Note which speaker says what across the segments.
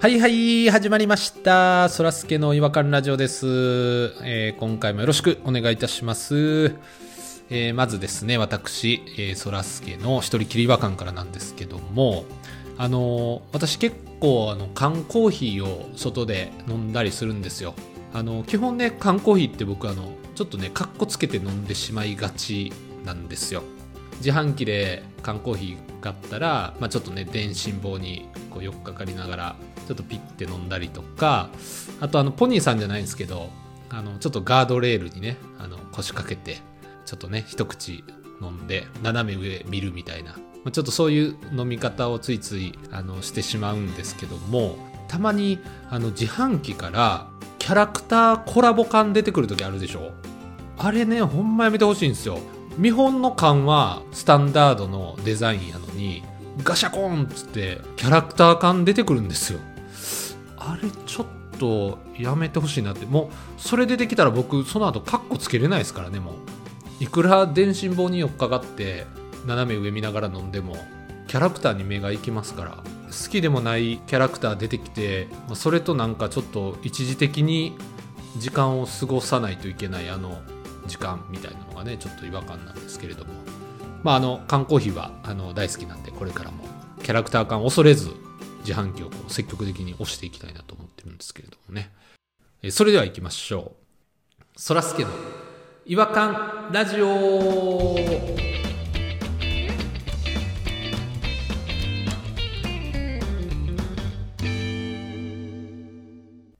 Speaker 1: はいはい、始まりました。そらすけの違和感ラジオです、えー今回もよろしくお願いいたします。えーまずですね、私、えーそらすけの一人きり違和感からなんですけども、あのー私結構あの缶コーヒーを外で飲んだりするんですよ。あの基本ね、缶コーヒーって僕あの、ちょっとね、かっこつけて飲んでしまいがちなんですよ。自販機で缶コーヒー買ったら、まあ、ちょっとね電信棒にこうよっかかりながらちょっとピッて飲んだりとかあとあのポニーさんじゃないんですけどあのちょっとガードレールにねあの腰掛けてちょっとね一口飲んで斜め上見るみたいな、まあ、ちょっとそういう飲み方をついついあのしてしまうんですけどもたまにあの自販機からキャラクターコラボ缶出てくる時あるでしょあれねほんまやめてほしいんですよ見本の缶はスタンダードのデザインやのにガシャコンっつってキャラクター缶出てくるんですよあれちょっとやめてほしいなってもうそれ出てきたら僕その後カッコつけれないですからねもういくら電信棒に寄っかかって斜め上見ながら飲んでもキャラクターに目が行きますから好きでもないキャラクター出てきてまあそれとなんかちょっと一時的に時間を過ごさないといけないあの時間みたいなのがねちょっと違和感なんですけれどもまああの缶コーヒーはあの大好きなんでこれからもキャラクター感恐れず自販機をこう積極的に押していきたいなと思ってるんですけれどもねえそれでは行きましょうそらすけの違和感ラジオ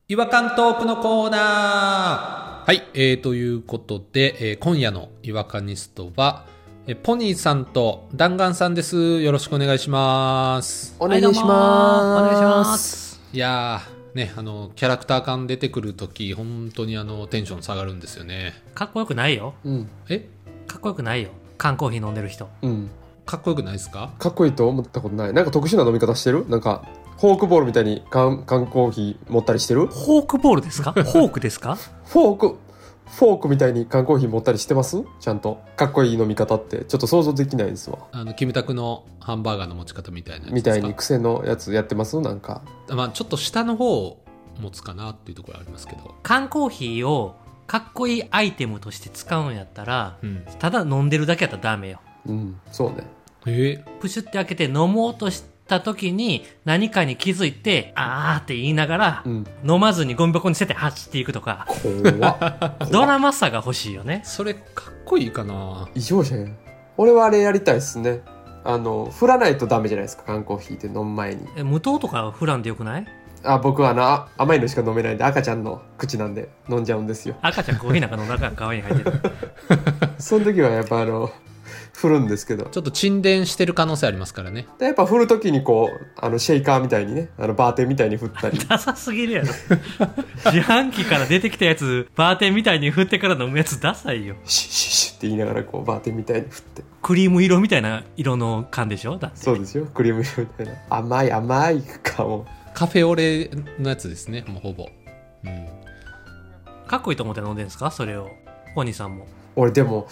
Speaker 1: 違和感トークのコーナーはい、えー、ということで、えー今夜の違和感ニストは、えーポニーさんと弾丸さんです。よろしくお願いします。
Speaker 2: お
Speaker 3: 願いしますはいどうもお願いします。
Speaker 1: いやー、ね、あの、キャラクター感出てくるとき、本当にあの、テンション下がるんですよね。
Speaker 3: かっこよくないよ
Speaker 2: うん、
Speaker 1: え
Speaker 3: かっこよくないよ缶コーヒー飲んでる人
Speaker 2: うん。
Speaker 1: かっこよくないですか
Speaker 2: かっこいいと思ったことない。なんか特殊な飲み方してるなんか、フォークボールみたいに缶缶コーヒー持ったりしてるフ
Speaker 3: フォークボールです かフォークですか
Speaker 2: ォーク、フォークみたいに缶コーヒー持ったりしてますちゃんと。かっこいい飲み方って、ちょっと想像できないんですわ。
Speaker 1: あの、キムタクのハンバーガーの持ち方みたいなやつで
Speaker 2: み
Speaker 1: すか
Speaker 2: たいに癖のやつやってますなんか。
Speaker 1: まあ、ちょっと下の方を持つかなっていうところはありますけど。
Speaker 3: 缶コーヒーをかっこいいアイテムとして使うんやったら
Speaker 1: うん。
Speaker 3: ただ飲んでるだけやったらダメよ
Speaker 2: うん、そうね。
Speaker 1: え
Speaker 3: プシュって開けて飲もうとした時に何かに気づいてあーって言いながら
Speaker 2: うん。
Speaker 3: 飲まずにゴミ箱に捨てて走っていくとか
Speaker 2: 怖っ
Speaker 3: ドラマさが欲しいよね
Speaker 1: それかっこいいかな
Speaker 2: 異常者やん。俺はあれやりたいっすね。あの、振らないとダメじゃないですか、缶コーヒーって飲む前に。
Speaker 3: え無糖とかフランでよくない
Speaker 2: あ、僕はな、甘いのしか飲めないんで、赤ちゃんの口なんで飲んじゃうんですよ。
Speaker 3: 赤ちゃんコーヒーなんか飲んだから可愛いに入ってる。
Speaker 2: その時はやっぱあの、振るんですけど。
Speaker 1: ちょっと沈殿してる可能性ありますからね。
Speaker 2: でやっぱ振る時にこう、あの、シェイカーみたいにね、あの、バーテンみたいに振っ たり
Speaker 3: ダサすぎるやろ自販機から出てきたやつバーテンみたいに振ってから飲むやつダサいよ
Speaker 2: シュッシュッシュッって言いながらこう、バーテンみたいに振って。
Speaker 3: クリーム色みたいな色の缶でしょだって
Speaker 2: そうですよ、クリーム色みたいな。甘い甘い顔。を
Speaker 1: カフェオレのやつですね、もうほぼ。うん。
Speaker 3: かっこいいと思って飲んでんですかそれをポニーさんも
Speaker 2: 俺でも、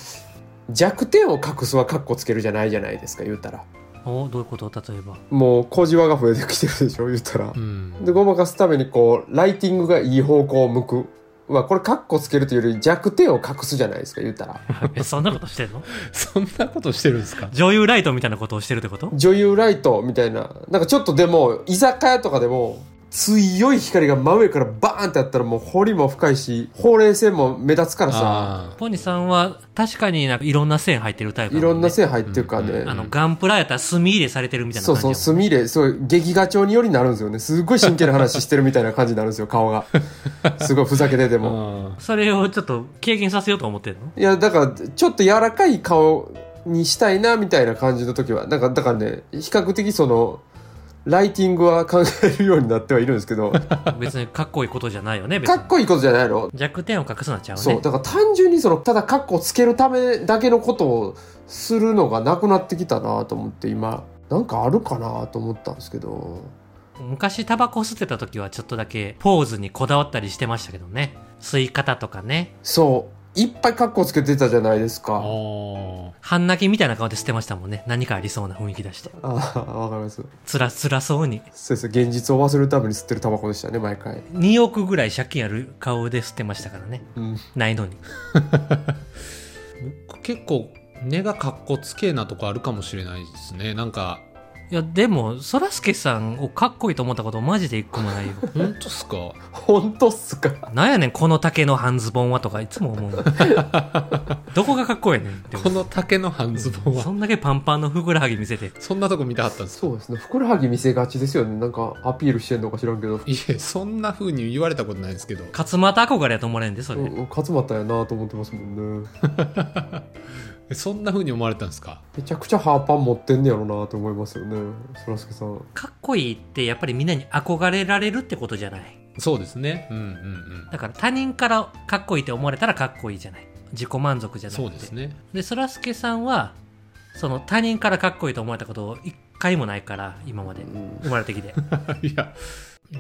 Speaker 2: 弱点を隠すはカッコつけるじゃないじゃないですか、言うたら。
Speaker 3: おどういうこと例えば
Speaker 2: もう、小じわが増えてきてるでしょ、言うたら
Speaker 1: う。ん。
Speaker 2: で、ごまかすためにこう、ライティングがいい方向を向く。は、これカッコつけるというより弱点を隠すじゃないですか、言うたら。
Speaker 3: えそんなこと してんの
Speaker 1: そんなことしてるんですか
Speaker 3: 女優ライトみたいなことをしてるってこと
Speaker 2: 女優ライトみたいな。なんかちょっとでも、居酒屋とかでも、強い光が真上からバーンってやったらもう彫りも深いし、ほうれい線も目立つからさ、
Speaker 1: あ
Speaker 3: ポニーさんは確かになんかいろんな線入ってるタイプ
Speaker 2: い
Speaker 3: だ
Speaker 2: ろ
Speaker 3: も
Speaker 2: ん
Speaker 3: ね
Speaker 2: な線入ってるからね。
Speaker 1: うん
Speaker 3: あのガンプラやったら墨入れされてるみたいな
Speaker 2: そう
Speaker 3: 感じ
Speaker 2: そ
Speaker 3: やもん
Speaker 2: う、墨入れ、すごい、劇画調によりになるんですよね。すごい真剣な話してるみたいな感じになるんですよ、顔が。すごいふざけてて
Speaker 1: あ。う
Speaker 2: も。
Speaker 1: ん。
Speaker 3: それをちょっと軽減させようと思ってるの
Speaker 2: いや、だから、ちょっと柔らかい顔にしたいな、みたいな感じの時は。なんか、だからね、比較的その、ライティングは考えるようになってはいるんですけど、か
Speaker 3: 別にかっこいいことじゃないよね別に
Speaker 2: っこいいことじゃないの
Speaker 3: 弱点を隠すのはちゃうね
Speaker 2: そうだから単純にそのただカッコつけるためだけのことをするのがなくなってきたなと思って今なんかあるかなと思ったんですけど
Speaker 3: 昔タバコ吸ってた時はちょっとだけポーズにこだわったりしてましたけどね吸い方とかね
Speaker 2: そういっぱいカッコつけてたじゃないです
Speaker 1: あ
Speaker 2: か。
Speaker 1: ー
Speaker 3: 半泣きみたいな顔で捨てましたもんね。何かありそうな雰囲気出して。
Speaker 2: ああ、わかります。
Speaker 3: つら、つらそうに。
Speaker 2: そうです。現実を忘れるために吸ってるタバコでしたね、毎回。
Speaker 3: 2億ぐらい借金ある顔で捨てましたからね。
Speaker 2: うん。
Speaker 3: ないのに。
Speaker 1: 僕結構根がかっこつけえなとこあるかもしれないですねなん か
Speaker 3: いや、でも、そらすけさんをかっこいいと思ったことマジで一個もないよ。
Speaker 1: 本当っすか
Speaker 2: 本当っすか。
Speaker 3: なんやねん、この竹の半ズボンはとかいつも 思う。どこがかっこいいねんって思
Speaker 1: この竹の半ズボン
Speaker 3: う。そ
Speaker 1: は
Speaker 3: んだけパンパンのふくらはぎ見せて。
Speaker 1: そんなとこ見たかったんですか
Speaker 2: そうですね。ふくらはぎ見せがちですよね。なんかアピールしてんのか知らんけど。
Speaker 1: いえそんな風に言われたことないですけど
Speaker 3: 勝俣憧れやと思われんで、それ。
Speaker 2: うん、勝俣やなと思ってますもんね。
Speaker 1: えそんな風に思われたんですか
Speaker 2: めちゃくちゃハーパン持ってんねやろなと思いますよね。そらすけさん。
Speaker 3: かっこいいってやっぱりみんなに憧れられるってことじゃない。
Speaker 1: そうですねうんうんうん
Speaker 3: だから他人からかっこいいって思われたらかっこいいじゃない。自己満足じゃなくて。
Speaker 1: そうですね
Speaker 3: で、そらすけさんは、その他人からかっこいいと思われたことを一回もないから、今まで。
Speaker 2: うん
Speaker 3: 生まれてきて。
Speaker 1: いや、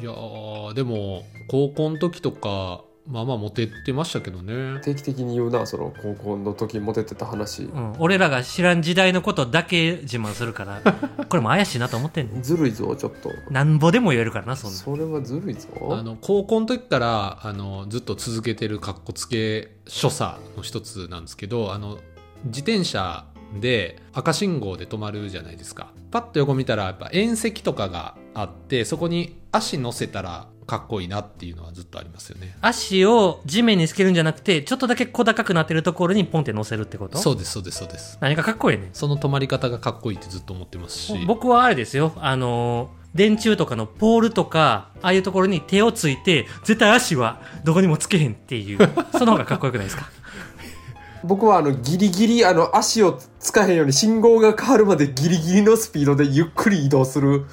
Speaker 1: いやーでも、高校の時とか、まあまあモテてましたけどね。
Speaker 2: 定期的に言うな、その高校の時モテてた話。
Speaker 3: うん、俺らが知らん時代のことだけ自慢するから、これも怪しいなと思ってんねん。
Speaker 2: ずるいぞ、ちょっと。
Speaker 3: なんぼでも言えるからな、そんな。
Speaker 2: それはずるいぞ。
Speaker 1: あの、高校の時から、あの、ずっと続けてる格好つけ所作の一つなんですけど、あの、自転車で赤信号で止まるじゃないですか。パッと横見たら、やっぱ縁石とかがあって、そこに足乗せたらかっこいいなっていうのはずっとありますよね。
Speaker 3: 足を地面につけるんじゃなくて、ちょっとだけ小高くなってるところにポンって乗せるってこと。
Speaker 1: そううです、そうです、そうです。
Speaker 3: 何かかっこいいね。
Speaker 1: その止まり方がかっこいいってずっと思ってますし。
Speaker 3: 僕はあれですよ、あのー電柱とかのポールとか、ああいうところに手をついて、絶対足はどこにもつけへんっていう、その方がかっこよくないですか
Speaker 2: 僕はあのギリギリあの足を使えんように信号が変わるまでギリギリのスピードでゆっくり移動する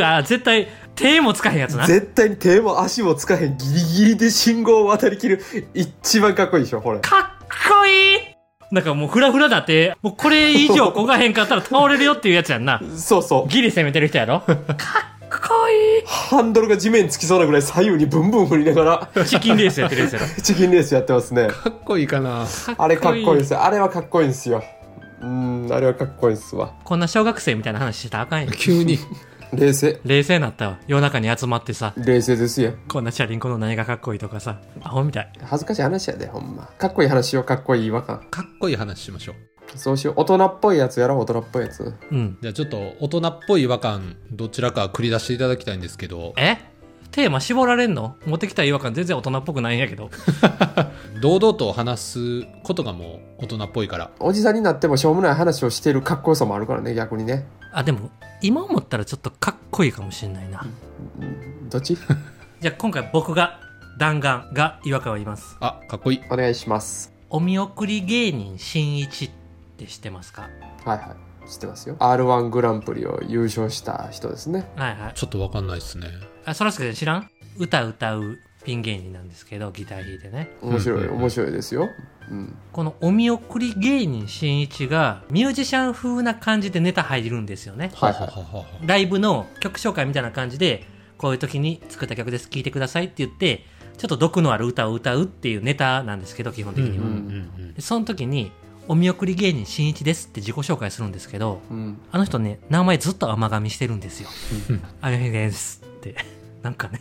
Speaker 3: ああ絶対、手もつかへんやつな。
Speaker 2: 絶対に手も足も使えへんギリギリで信号を渡りきる一番かっこいいでしょこれ
Speaker 3: かっこいいなんかもうフラフラだって、もうこれ以上こがへんかったら倒れるよっていうやつやんな。
Speaker 2: そうそう
Speaker 3: ギリ攻めてる人やろかっこい
Speaker 2: ハンドルが地面につきそうなぐらい左右にブンブン振りなが
Speaker 3: いチキンレースやってるやつやろ。
Speaker 2: ら チキンレースやってますね
Speaker 1: かっこいいかな。
Speaker 2: あれかっこいいですあれはかっこいいんですようんあれはかっこいいですわ
Speaker 3: こんな小学生みたいな話したらあかんやん。
Speaker 1: 急に。
Speaker 2: 冷静
Speaker 3: 冷静になったわ。夜中に集まってさ、
Speaker 2: 冷静ですよ
Speaker 3: こんなチャリンコの何がかっこいいとかさ、アホみたい。
Speaker 2: 恥ずかしい話やでほんまかっこいい話をかっこいい違和感
Speaker 1: かっこいい話しましょう。
Speaker 2: そうしよう大人っぽいやつやろう大人っぽいやつ
Speaker 3: うん。
Speaker 1: じゃあちょっと大人っぽい違和感どちらか繰り出していただきたいんですけど
Speaker 3: えテーマ絞られんの持ってきた違和感全然大人っぽくないんやけ ど。
Speaker 1: 堂々と話すことがもう大人っぽいから
Speaker 2: おじさんになってもしょうもない話をしてるかっこよさもあるからね逆にね
Speaker 3: あ、でも、今思ったらちょっとかっこいいかもしんないな。
Speaker 2: どっち
Speaker 3: じゃあ今回僕が弾丸が違和感を言います。
Speaker 1: あかっこいい
Speaker 2: お願いします
Speaker 3: お見送り芸人しんいちって知ってますか
Speaker 2: はいはい知ってますよ r 1グランプリを優勝した人ですね
Speaker 3: はいはい。
Speaker 1: ちょっとわかんないですね
Speaker 3: あ、そらすけさん知らん歌歌うピン芸人なんですけど、ギター弾いてね。
Speaker 2: 面白い、
Speaker 1: うんうんうん
Speaker 2: 面白いですよ、うん、
Speaker 3: このお見送り芸人しんいちがミュージシャン風な感じでネタ入るんですよね。
Speaker 2: はいはい
Speaker 1: ははは
Speaker 3: ライブの曲紹介みたいな感じで、こういう時に作った曲です、聴いてくださいって言って、ちょっと毒のある歌を歌うっていうネタなんですけど、基本
Speaker 1: うん
Speaker 3: 的
Speaker 1: うん
Speaker 3: に
Speaker 1: う
Speaker 3: は。
Speaker 1: ん
Speaker 3: でその時に、お見送り芸人しんいちですって自己紹介するんですけど、
Speaker 2: うん、
Speaker 3: あの人ね、名前ずっと甘噛みしてるんですよ。あやへですって。 なんかね、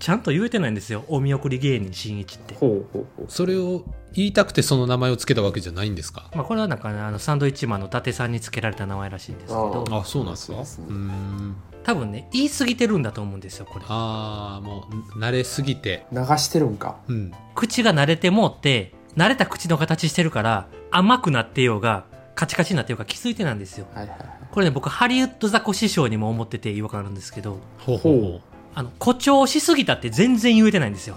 Speaker 3: ちゃんと言えてないんですよ。お見送り芸人しんいちって。
Speaker 2: ほうほうほう
Speaker 1: それを言いたくてその名前をつけたわけじゃないんですか
Speaker 3: まあこれはなんかね、あのサンドイッチマンの伊達さんにつけられた名前らしいんですけど、
Speaker 1: あそうなんですか
Speaker 2: そう
Speaker 1: う
Speaker 2: ですね
Speaker 1: ーん
Speaker 3: 多分ね、言い過ぎてるんだと思うんですよ、これ。
Speaker 1: ああもう慣れすぎて
Speaker 2: 流してるんか
Speaker 1: うん
Speaker 3: 口が慣れてもうって、慣れた口の形してるから、甘くなってようが、カチカチになってようが気づいてなんですよ。
Speaker 2: はいはいはい
Speaker 3: これね、僕、ハリウッドザコ師匠にも思ってて違和感あるんですけど、
Speaker 1: ほうほう
Speaker 3: あの、誇張しすぎたって全然言えてないんですよ。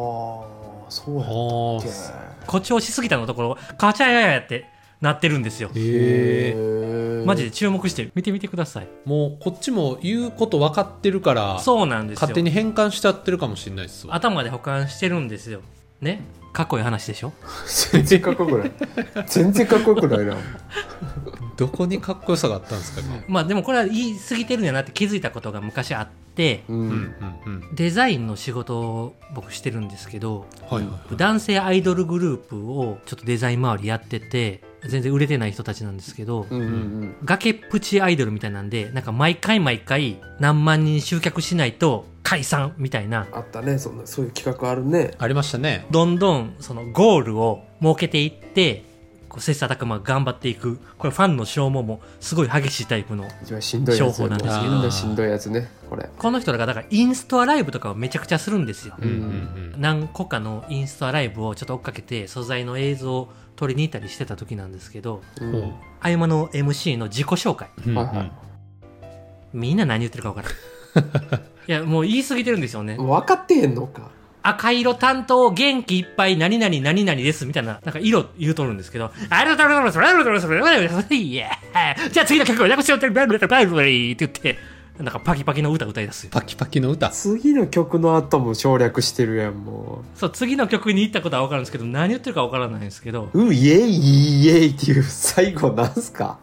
Speaker 2: はあそうやっ
Speaker 1: ほう
Speaker 2: け
Speaker 1: あ
Speaker 3: 誇張しすぎたのところ、カチャヤヤってなってるんですよ
Speaker 1: ー。へえ
Speaker 2: え
Speaker 3: マジで注目して見てみてください。
Speaker 1: もうこっちも言うこと分かってるから
Speaker 3: そうなんですよ。
Speaker 1: 勝手に変換しちゃってるかもしれないですわ
Speaker 3: 頭で保管してるんですよ。ねかっこいい話でしょ
Speaker 2: 全然かっこよくない全然かっこよくないな
Speaker 1: どこにかっこよさがあったんですか今
Speaker 3: まあでもこれは言い過ぎてるんやなって気づいたことが昔あって
Speaker 2: う。
Speaker 1: うんうんん
Speaker 3: デザインの仕事を僕してるんですけど
Speaker 1: うんはいはいはい
Speaker 3: 男性アイドルグループをちょっとデザイン周りやってて全然売れてない人たちなんですけど、
Speaker 2: うんうん
Speaker 3: 崖っぷちアイドルみたいなんでなんか毎回毎回何万人集客しないと解散みたいな
Speaker 2: あったね、そんな、そういう企画あるね。
Speaker 1: ありましたね
Speaker 3: どんどんそのゴールを設けていってこう切磋琢磨頑張っていくこれファンの消耗もすごい激しいタイプの
Speaker 2: 一番しんどいやつ。
Speaker 3: 商法なんです
Speaker 1: けど
Speaker 2: しんどいしんどいやつね、これ。
Speaker 3: この人らがだからインストアライブとかをめちゃくちゃするんですよ、
Speaker 1: うんうん
Speaker 3: 何個かのインスタライブをちょっと追っかけて素材の映像を撮りに行ったりしてた時なんですけど
Speaker 1: うんほ
Speaker 3: 合間の MC の自己紹介
Speaker 1: ううんう
Speaker 2: はいは
Speaker 1: ん
Speaker 2: い
Speaker 3: みんな何言ってるか分からんいやもう言い過ぎてるんですよね
Speaker 2: うん分かってへんのか。
Speaker 3: 赤色担当元気いっぱい何々何々ですみたいななんか色言うとるんですけどありがとうございますありがとうございますありがとうございますいやじゃあ次の曲を略しようってバイブリーバイブリーって言ってなんかパキパキの歌歌い出すよ
Speaker 1: パキパキの歌
Speaker 2: 次の曲の後も省略してるやん、も
Speaker 3: そう次の曲に行ったことは分かるんですけど何言ってるか分からないんですけど
Speaker 2: う。うん、イエイイエイっていう最後なんすか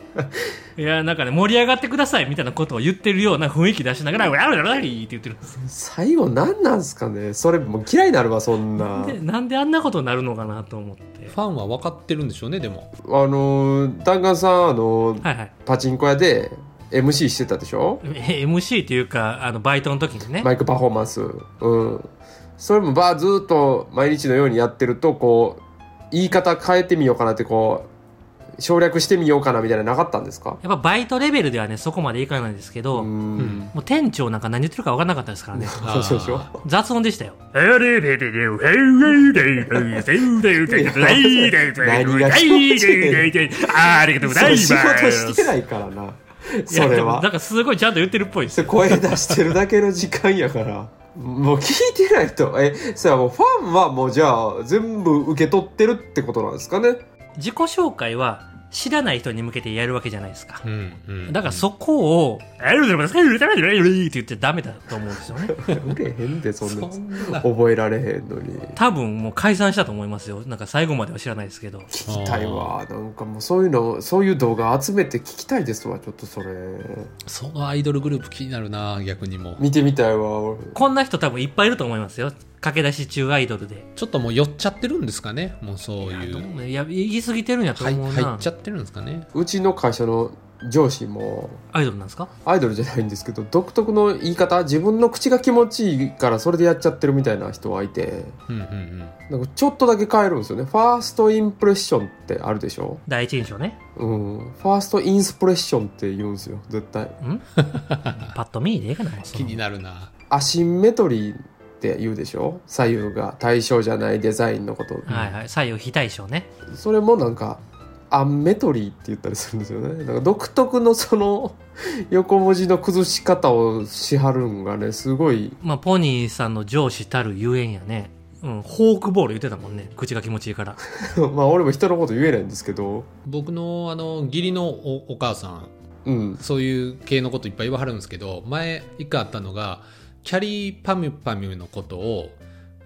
Speaker 3: いやなんかね盛り上がってくださいみたいなことを言ってるような雰囲気出しながら「わらわらわらり」って言ってるんですよ
Speaker 2: 最後なんなんすかねそれもう嫌いになるわ、そんな。
Speaker 3: でなんであんなことになるのかなと思って
Speaker 1: ファンは分かってるんでしょうねでも
Speaker 2: あのー、弾丸さん、あのー、
Speaker 3: はいはい
Speaker 2: パチンコ屋で MC してたでしょ
Speaker 3: え MC というかあのバイトの時にね
Speaker 2: マイクパフォーマンス。うん。それもばずーっと毎日のようにやってると、こう、言い方変えてみようかなって、こう、省略してみようかなみたいなのなかったんですか
Speaker 3: やっぱバイトレベルではねそこまでいかないんですけど、
Speaker 2: う
Speaker 3: も
Speaker 2: ん。
Speaker 3: う店長なんか何言ってるか分からなかったですからね
Speaker 2: そうそうそう。
Speaker 3: 雑音でしたよ「
Speaker 2: あ
Speaker 3: りがとうござい
Speaker 2: そ
Speaker 3: ま
Speaker 2: れ
Speaker 3: す
Speaker 2: 仕事してないからな。それ
Speaker 3: いやな
Speaker 2: は
Speaker 3: ん。かすごいちゃんと言ってるっぽいです
Speaker 2: それ声出してるだけの時間やから。もう聞いてないと。え、それはもうファンはもうじゃあ全部受け取ってるってことなんですかね。
Speaker 3: 自己紹介は知らない人に向けてやるわけじゃないですか、
Speaker 1: うんうん
Speaker 3: だからそこを「ありがとうございますありがとうございますって言っちゃダメだと思うんですよね
Speaker 2: 売れへんで、そんなや
Speaker 1: そ
Speaker 2: つ。
Speaker 1: んな
Speaker 2: 覚えられへんのに。
Speaker 3: 多分もう解散したと思いますよなんか最後までは知らないですけど
Speaker 2: 聞きたいわ。なんかもうそういうの、そういう動画集めて聞きたいですわ、ちょっとそれ。
Speaker 1: そのアイドルグループ気になるな逆にもう
Speaker 2: 見てみたいわ、俺。
Speaker 3: こんな人多分いっぱいいると思いますよ駆け出し中アイドルで
Speaker 1: ちょっともう寄っちゃってるんですかねもうそう
Speaker 3: い
Speaker 1: い
Speaker 3: やどう
Speaker 1: う
Speaker 3: もいや言い過ぎてるんやと
Speaker 1: はい
Speaker 3: 思う
Speaker 1: 入
Speaker 3: な、
Speaker 1: っちゃってるんですかね
Speaker 2: うちの会社の上司も、
Speaker 3: アイドルなんですか
Speaker 2: アイドルじゃないんですけど、独特の言い方、自分の口が気持ちいいからそれでやっちゃってるみたいな人がいて、
Speaker 1: うんうんうん
Speaker 2: なんかちょっとだけ変えるんですよね。ファーストインプレッションってあるでしょ
Speaker 3: 第一印象ね
Speaker 2: うん。ファーストインスプレッションって言うんですよ、絶対。
Speaker 3: んパッと見でええかなもうそ
Speaker 1: 気
Speaker 3: の
Speaker 1: になるな
Speaker 2: アシンメトリーって言うでしょ左右が対称じゃないデザインのこと。
Speaker 3: はいはい左右非対称ね
Speaker 2: それもなんか、アンメトリーって言ったりするんですよね。なんか独特のその 横文字の崩し方をしはるんがね、すごい
Speaker 3: まあポニーさんの上司たるゆえんやねうん、フォークボール言ってたもんね口が気持ちいいから
Speaker 2: まあ俺も人のこと言えないんですけど、
Speaker 1: 僕のあの義理のおお母さん
Speaker 2: うん。
Speaker 1: そういう系のこといっぱい言わはるんですけど前一回あったのがキャリーパミュパミュのことを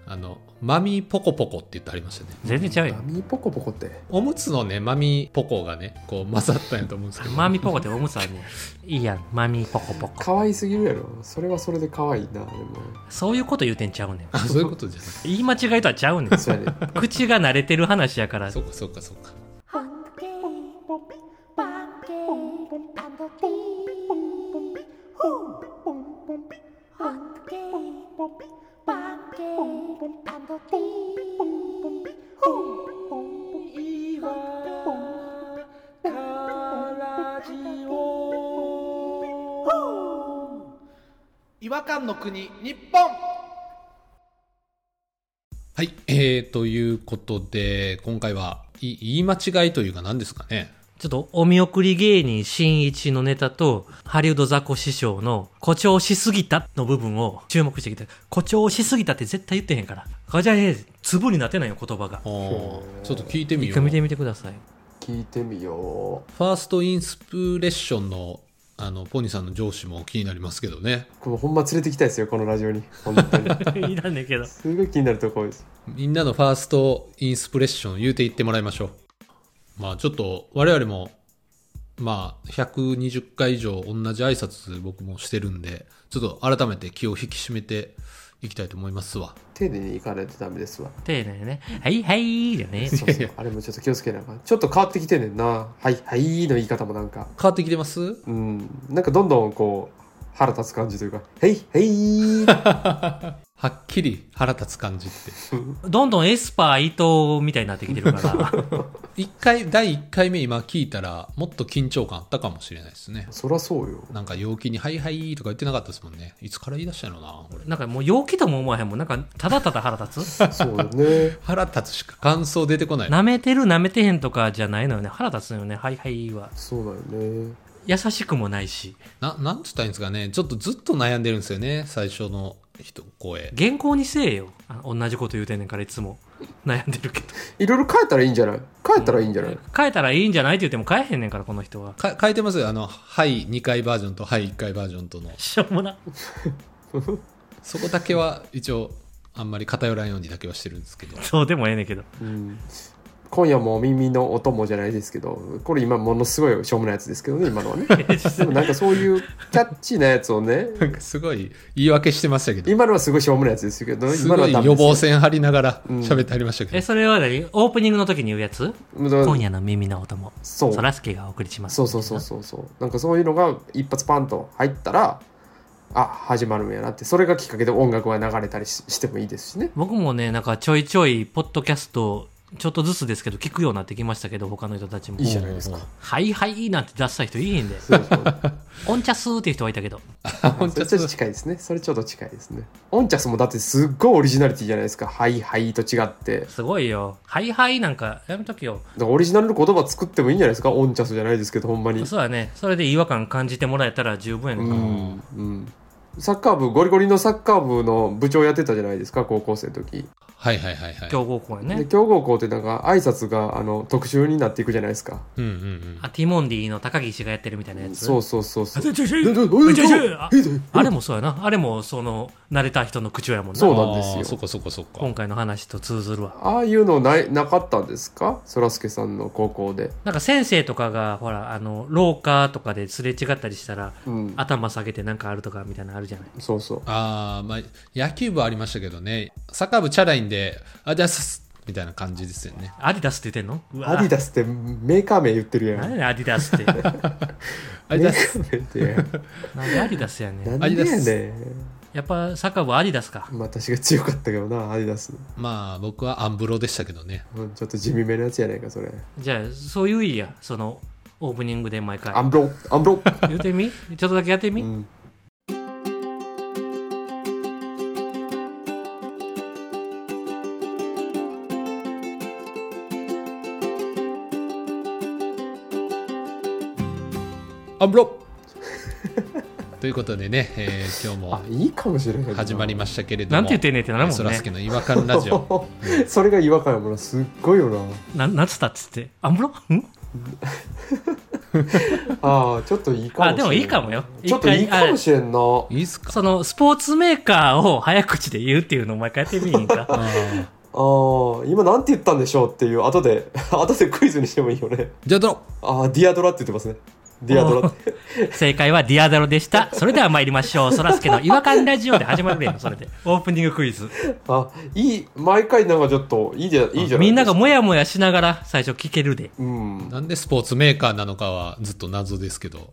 Speaker 1: あのマミーポコポコって言ってありましたね
Speaker 3: 全然違うよ
Speaker 2: 波ポコポコって。
Speaker 1: おむつのねマミーポコがねこう混ざったんやと思うんですけど
Speaker 3: マミポコっておむつあるねいいやんマミポコポコ
Speaker 2: 可愛すぎるやろ。それはそれで可愛いな、でも。
Speaker 3: そういうこと言うてんちゃうねん
Speaker 1: あそういうことじゃない
Speaker 3: 言い間違いとはちゃ うねん
Speaker 2: そうやね。
Speaker 3: 口が慣れてる話やから
Speaker 1: そうかそうかそうか
Speaker 4: Hunky,
Speaker 5: 違和感の国日本
Speaker 1: はいえー、ということで今回はい言い間違いというか何ですかね
Speaker 3: ちょっとお見送り芸人新一のネタと、ハリウッドザコ師匠の誇張しすぎたの部分を注目してきて、誇張しすぎたって絶対言ってへんから。こじゃねえ、粒になってないよ言葉が
Speaker 1: あ。ーちょっと聞いてみ
Speaker 3: 一
Speaker 1: よう
Speaker 3: 回見てみてください。
Speaker 2: 聞いてみよ
Speaker 1: ファーストインスプレッションのあのポニーさんの上司も気になりますけどね
Speaker 2: う。これほんま連れてきたいですよ、このラジオに。本当 に。
Speaker 3: いらんねんけど。
Speaker 2: すごい気になるとこです。
Speaker 1: みんなのファーストインスプレッション言うていってもらいましょうまあちょっと我々もまあ、120回以上同じ挨拶僕もしてるんで、ちょっと改めて気を引き締めていきたいと思いますわ。
Speaker 2: 丁寧に行かないとダメですわ。
Speaker 3: 丁寧にね。はいはい、じゃね。
Speaker 2: そうそう。あれもちょっと気をつけなあかん。ちょっと変わってきてんねんな。はい、はいの言い方もなんか。
Speaker 1: 変わってきてます
Speaker 2: うん。なんかどんどんこう、腹立つ感じというか、はい、はい。
Speaker 1: はっきり腹立つ感じって。
Speaker 3: どんどんエスパー伊藤みたいになってきてるから。
Speaker 1: 一回、第1回目今聞いたら、もっと緊張感あったかもしれないですね。
Speaker 2: そらそうよ。
Speaker 1: なんか陽気に、はいはいとか言ってなかったですもんね。いつから言い出したのかな、こ れ。
Speaker 3: なんかもう陽気とも思わへんもん。なんかただただ腹立つ。
Speaker 2: そうよね。
Speaker 1: 腹立つしか感想出てこない。
Speaker 3: 舐めてる舐めてへんとかじゃないのよね。腹立つのよね。はいはいは。
Speaker 2: そうだよね。
Speaker 3: 優しくもないし。
Speaker 1: な、なんつったらいいんですかね。ちょっとずっと悩んでるんですよね。最初の人、声。
Speaker 3: 原稿にせえよ。あ同じこと言うてんねんからいつも。 悩んでるけど。
Speaker 2: いろいろ変えたらいいんじゃない変えたらいいんじゃない、
Speaker 3: 変えたらいいんじゃないって言っても変えへんねんから、この人は。
Speaker 1: か変えてますよ。あの、はい2回バージョンと、はい1回バージョンとの。
Speaker 3: しょうもな。
Speaker 1: そこだけは一応、あんまり偏らんようにだけはしてるんですけど。
Speaker 3: そうでもええねんけど。
Speaker 2: うん、今夜もお耳のお供じゃないですけど、これ今ものすごいしょうもないやつですけどね、今のは ね。でもなんかそういうキャッチーなやつを ね、
Speaker 1: なんかすごい言い訳してましたけど。
Speaker 2: 今のはすごいしょうもないやつですけど、
Speaker 1: す
Speaker 2: 今
Speaker 1: ご
Speaker 2: のはいダメです
Speaker 1: 予
Speaker 2: よ
Speaker 1: 防線張りながら喋ってありましたけ
Speaker 3: え、
Speaker 1: ど。
Speaker 3: それは何オープニングの時に言うやつ
Speaker 2: だ
Speaker 3: 今夜の耳のお供。
Speaker 2: そう
Speaker 3: そらすけがお送りします。
Speaker 2: そうそうそうそうそうなんかそういうのが一発パンと入ったらあ始まるんやなってそれがきっかけで音楽が流れたりししてもいいですしね
Speaker 3: 僕もね、なんかちょいちょい、ポッドキャスト、ちょっとずつですけど、聞くようになってきましたけど、他の人たちも。
Speaker 2: いいじゃないですか
Speaker 1: ほうほ
Speaker 3: はいはいなんて出した人いいんで。
Speaker 2: そうそう
Speaker 3: オンチャスーっていう人はいたけど。
Speaker 1: ほん
Speaker 2: そ
Speaker 1: と
Speaker 2: れちょっと近いですねそれちょっと近いですねオンチャスもだってすっごいオリジナリティじゃないですか「はいはい」と違って
Speaker 3: すごいよ。はいはいなんか、やめときよ。
Speaker 2: だからオリジナルの言葉作ってもいいんじゃないですかオンチャスじゃないですけどほんまに
Speaker 3: そうだね。それで違和感感じてもらえたら十分やね
Speaker 2: うん
Speaker 3: から
Speaker 2: んうんサッカー部ゴリゴリのサッカー部の部長やってたじゃないですか高校生の時
Speaker 1: はいはいはいはい。
Speaker 3: 強豪校や
Speaker 2: で
Speaker 3: ね。
Speaker 2: 強豪校ってなんか挨拶があの特集になっていくじゃないですか
Speaker 1: うんうんうん。
Speaker 3: あ、ティモンディの高岸がやってるみたいなやつ。
Speaker 2: そうそうそうそ
Speaker 3: あ
Speaker 2: う
Speaker 3: ちょちょちょ
Speaker 2: どどど
Speaker 3: おいちょいちょい
Speaker 2: どど
Speaker 3: ああれもそうやな。あれも、その、慣れた人の口調やもんな。
Speaker 2: そうなんですよ
Speaker 1: あーそっかそっかそっか。
Speaker 3: 今回の話と通ずるわ。
Speaker 2: ああいうのないなかったんですかそらすけさんの高校で。
Speaker 3: なんか先生とかが、ほら、あの、廊下とかですれ違ったりしたら、
Speaker 2: うん。
Speaker 3: 頭下げてなんかあるとかみたいなのあるじゃない。
Speaker 2: そうそう。
Speaker 1: ああ、まあ、野球部ありましたけどね、サッカー部チャラいんで、あ、じゃあ、すみたいな感じですよね。
Speaker 3: アディダスって言ってんのうわ
Speaker 2: アディダスってメーカー名言ってるやん。
Speaker 3: 何やねんアディダスって。 なんで
Speaker 1: あじ
Speaker 2: メ
Speaker 1: ゃ
Speaker 2: ーカー名ってや
Speaker 3: アディダスやね
Speaker 2: ん。
Speaker 3: ん。
Speaker 2: なんでや
Speaker 1: アデ
Speaker 2: ね
Speaker 3: やっぱサッカー部アディダスか。
Speaker 2: ん。まあ私が強かったけどな、アディダス。
Speaker 1: まあ、僕はアンブロでしたけどね。
Speaker 2: うん、ちょっと地味めなやつやないか、それ。
Speaker 3: じゃあ、そういういいや。その、オープニングで毎回
Speaker 2: ア。ンブロアンブロ
Speaker 3: 言うてみちょっとだけやって
Speaker 2: う
Speaker 3: み、
Speaker 2: ん。
Speaker 1: アンブロ ということでね、えー今日
Speaker 2: あ
Speaker 1: も、
Speaker 2: いいかもしれないな。
Speaker 1: 始まりましたけれども。
Speaker 3: なんて言ってんねんってなるも
Speaker 1: そ
Speaker 3: ん
Speaker 1: らすけ
Speaker 3: ね。
Speaker 1: の違和感ラジ オ。
Speaker 2: それが違和感やもんな。すっごいよな。
Speaker 3: な、なんつったっつって。アムロん
Speaker 2: ああ、ちょっといいかもしれ
Speaker 3: あ
Speaker 2: ん。
Speaker 3: でもいいかもよ
Speaker 2: ちょっといいかもしれんな。
Speaker 1: いいっすか
Speaker 3: その、スポーツメーカーを早口で言うっていうのを毎回やってみいん か。
Speaker 1: あー
Speaker 2: ああ、今なんて言ったんでしょうっていう、後で、後でクイズにしてもいいよね。
Speaker 1: じゃあ、どろ
Speaker 2: ああ、ディアドラって言ってますね。ディアドラって。
Speaker 3: 正解はディアダロでした。それでは参りましょう。そらすけの違和感ラジオで始まるやん、それで。オープニングクイズ。
Speaker 2: あ、いい、毎回なんかちょっと、いいじゃ、いいじゃない
Speaker 3: みんな
Speaker 2: です
Speaker 3: が
Speaker 2: か。
Speaker 3: もやもやしながら最初聞けるで。
Speaker 2: うん。
Speaker 1: なんでスポーツメーカーなのかはずっと謎ですけど。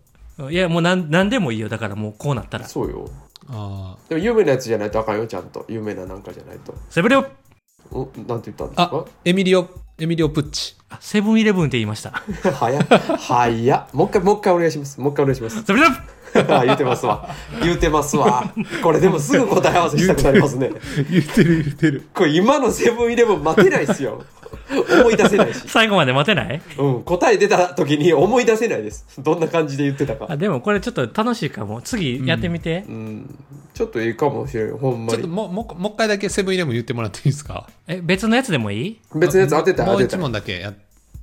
Speaker 3: いや、もうなん、なんでもいいよ。だからもうこうなったら。
Speaker 2: そうよ。
Speaker 1: あー
Speaker 2: でも有名なやつじゃないとあかんよ、ちゃんと。有名ななんかじゃないと。
Speaker 3: セブンイレブン
Speaker 2: うん、なんて言ったんです
Speaker 1: あ
Speaker 2: か、
Speaker 1: エミリオ、エミリオプッ チ。
Speaker 3: あセブンイレブンって言いました。
Speaker 2: 早っ。早っ。もう一回、もう一回お願いします。もう一回お願いします。
Speaker 3: セブンイレブン
Speaker 2: あ言うてますわ。言うてますわ。これでもすぐ答え合わせしたくなりますね。
Speaker 1: 言ってる言ってる。
Speaker 2: これ今のセブンイレブン待てないですよ。思い出せな いし。
Speaker 3: 最後まで待てない
Speaker 2: うん、答え出た時に思い出せないです。どんな感じで言ってた
Speaker 3: あ
Speaker 2: か。
Speaker 3: でもこれちょっと楽しいかも。次やってみて。
Speaker 2: うん、ちょっといいかもしれん、ほんま
Speaker 1: ちょっと
Speaker 2: に。
Speaker 1: もう、もう、もう一回だけセブンイレブン言ってもらっていいですか
Speaker 3: え、別のやつでもいい
Speaker 2: 別のやつ当てたい
Speaker 1: も
Speaker 2: 当
Speaker 1: う
Speaker 2: て
Speaker 1: 一
Speaker 2: たい
Speaker 1: 問だけや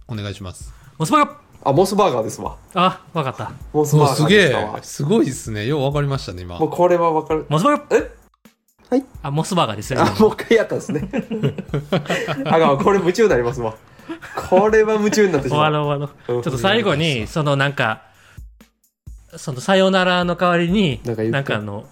Speaker 1: お願いします
Speaker 3: モスバーガー
Speaker 2: あ、モスバーガーですわ。
Speaker 3: あ、わかった。
Speaker 2: モス
Speaker 1: う
Speaker 2: バ
Speaker 1: わ
Speaker 2: ー
Speaker 1: す
Speaker 2: ガー
Speaker 1: げ
Speaker 2: でした
Speaker 1: え
Speaker 2: わ。
Speaker 1: すごいですねよう分かりましたね今
Speaker 2: もうこれはわかる。
Speaker 3: モスバーガー
Speaker 2: えはい
Speaker 3: あ、モスバーガーです よ。
Speaker 2: あ、もう一回やったんですね。あが、これ夢中になりますわ。これは夢中になってし
Speaker 3: 終
Speaker 2: ま
Speaker 3: わ
Speaker 2: う。
Speaker 3: ろう終わろ
Speaker 2: う
Speaker 3: うんちょっと最後に、そのなんか、そのさよならの代わりに、
Speaker 2: なんか言って
Speaker 3: なんかあの、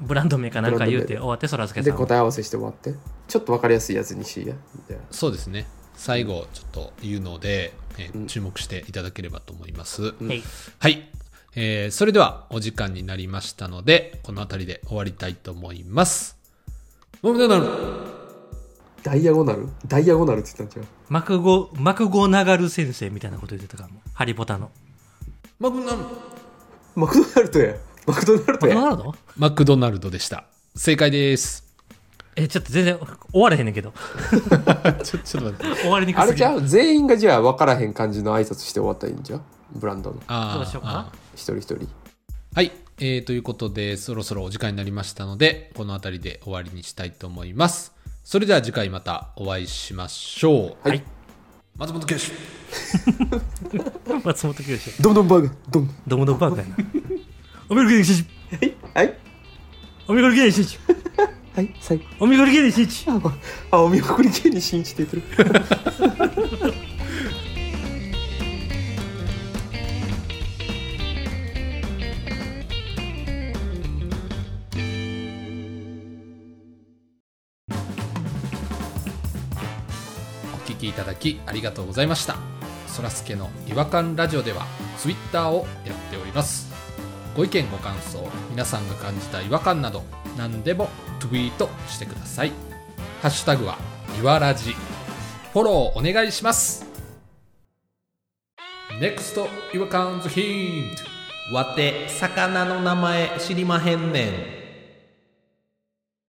Speaker 3: ブランド名かなんか言うて終わって、そらすけさ
Speaker 2: で、
Speaker 3: んは。
Speaker 2: 答え合わせして終わって。ちょっとわかりやすいやつにしや。みたいな。
Speaker 1: そうですね。最後、ちょっと言うので、えー
Speaker 2: うん
Speaker 1: 注目していただければと思います。
Speaker 2: うん
Speaker 3: はい。
Speaker 1: はい。えーそれでは、お時間になりましたので、この辺りで終わりたいと思います。もうどうなる
Speaker 2: ダイアゴナルダイアゴナルって言ったんちゃ
Speaker 3: マクゴ、マクゴナガル先生みたいなこと言ってたかも。ハリポタの。
Speaker 1: マクドナルド
Speaker 2: うマクドナルドや。マクドナルド
Speaker 3: マクド
Speaker 2: や。
Speaker 3: ナルド
Speaker 1: マクドナルドでした。正解です。
Speaker 3: え、ちょっと全然終われへんねんけ ど。
Speaker 1: ちょちょっと待って。
Speaker 3: 終わりにく
Speaker 2: あ
Speaker 3: す
Speaker 2: れ
Speaker 3: ぎ
Speaker 2: ちゃ
Speaker 3: る。
Speaker 2: う全員がじゃあ分からへん感じの挨拶して終わったらいいんじゃうブランドの。
Speaker 1: あー
Speaker 3: どうしようかな
Speaker 1: あー
Speaker 2: 一人一人。
Speaker 1: はい、えーということで、そろそろお時間になりましたので、この辺りで終わりにしたいと思います。それでは次回またお会いしましょう。
Speaker 2: はい。
Speaker 1: 松本健志。
Speaker 3: 松本清志。
Speaker 2: どんどんバーガー。どん。
Speaker 3: ドムドムバーガーやな。お見送りし
Speaker 2: はい。
Speaker 3: お見送りし
Speaker 2: はい。最後。
Speaker 3: お見送りし
Speaker 2: あ、お見送り芸人しんいちって言ってる。
Speaker 1: お聞きいただきありがとうございました。そらすけの違和感ラジオでは、ツイッターをやっております。ご意見ご感想、皆さんが感じた違和感など、何でもツイートしてください。ハッシュタグは、いわらじ。フォローお願いします。NEXT 違和感ズヒント。
Speaker 4: わて魚の名前知りまへんねん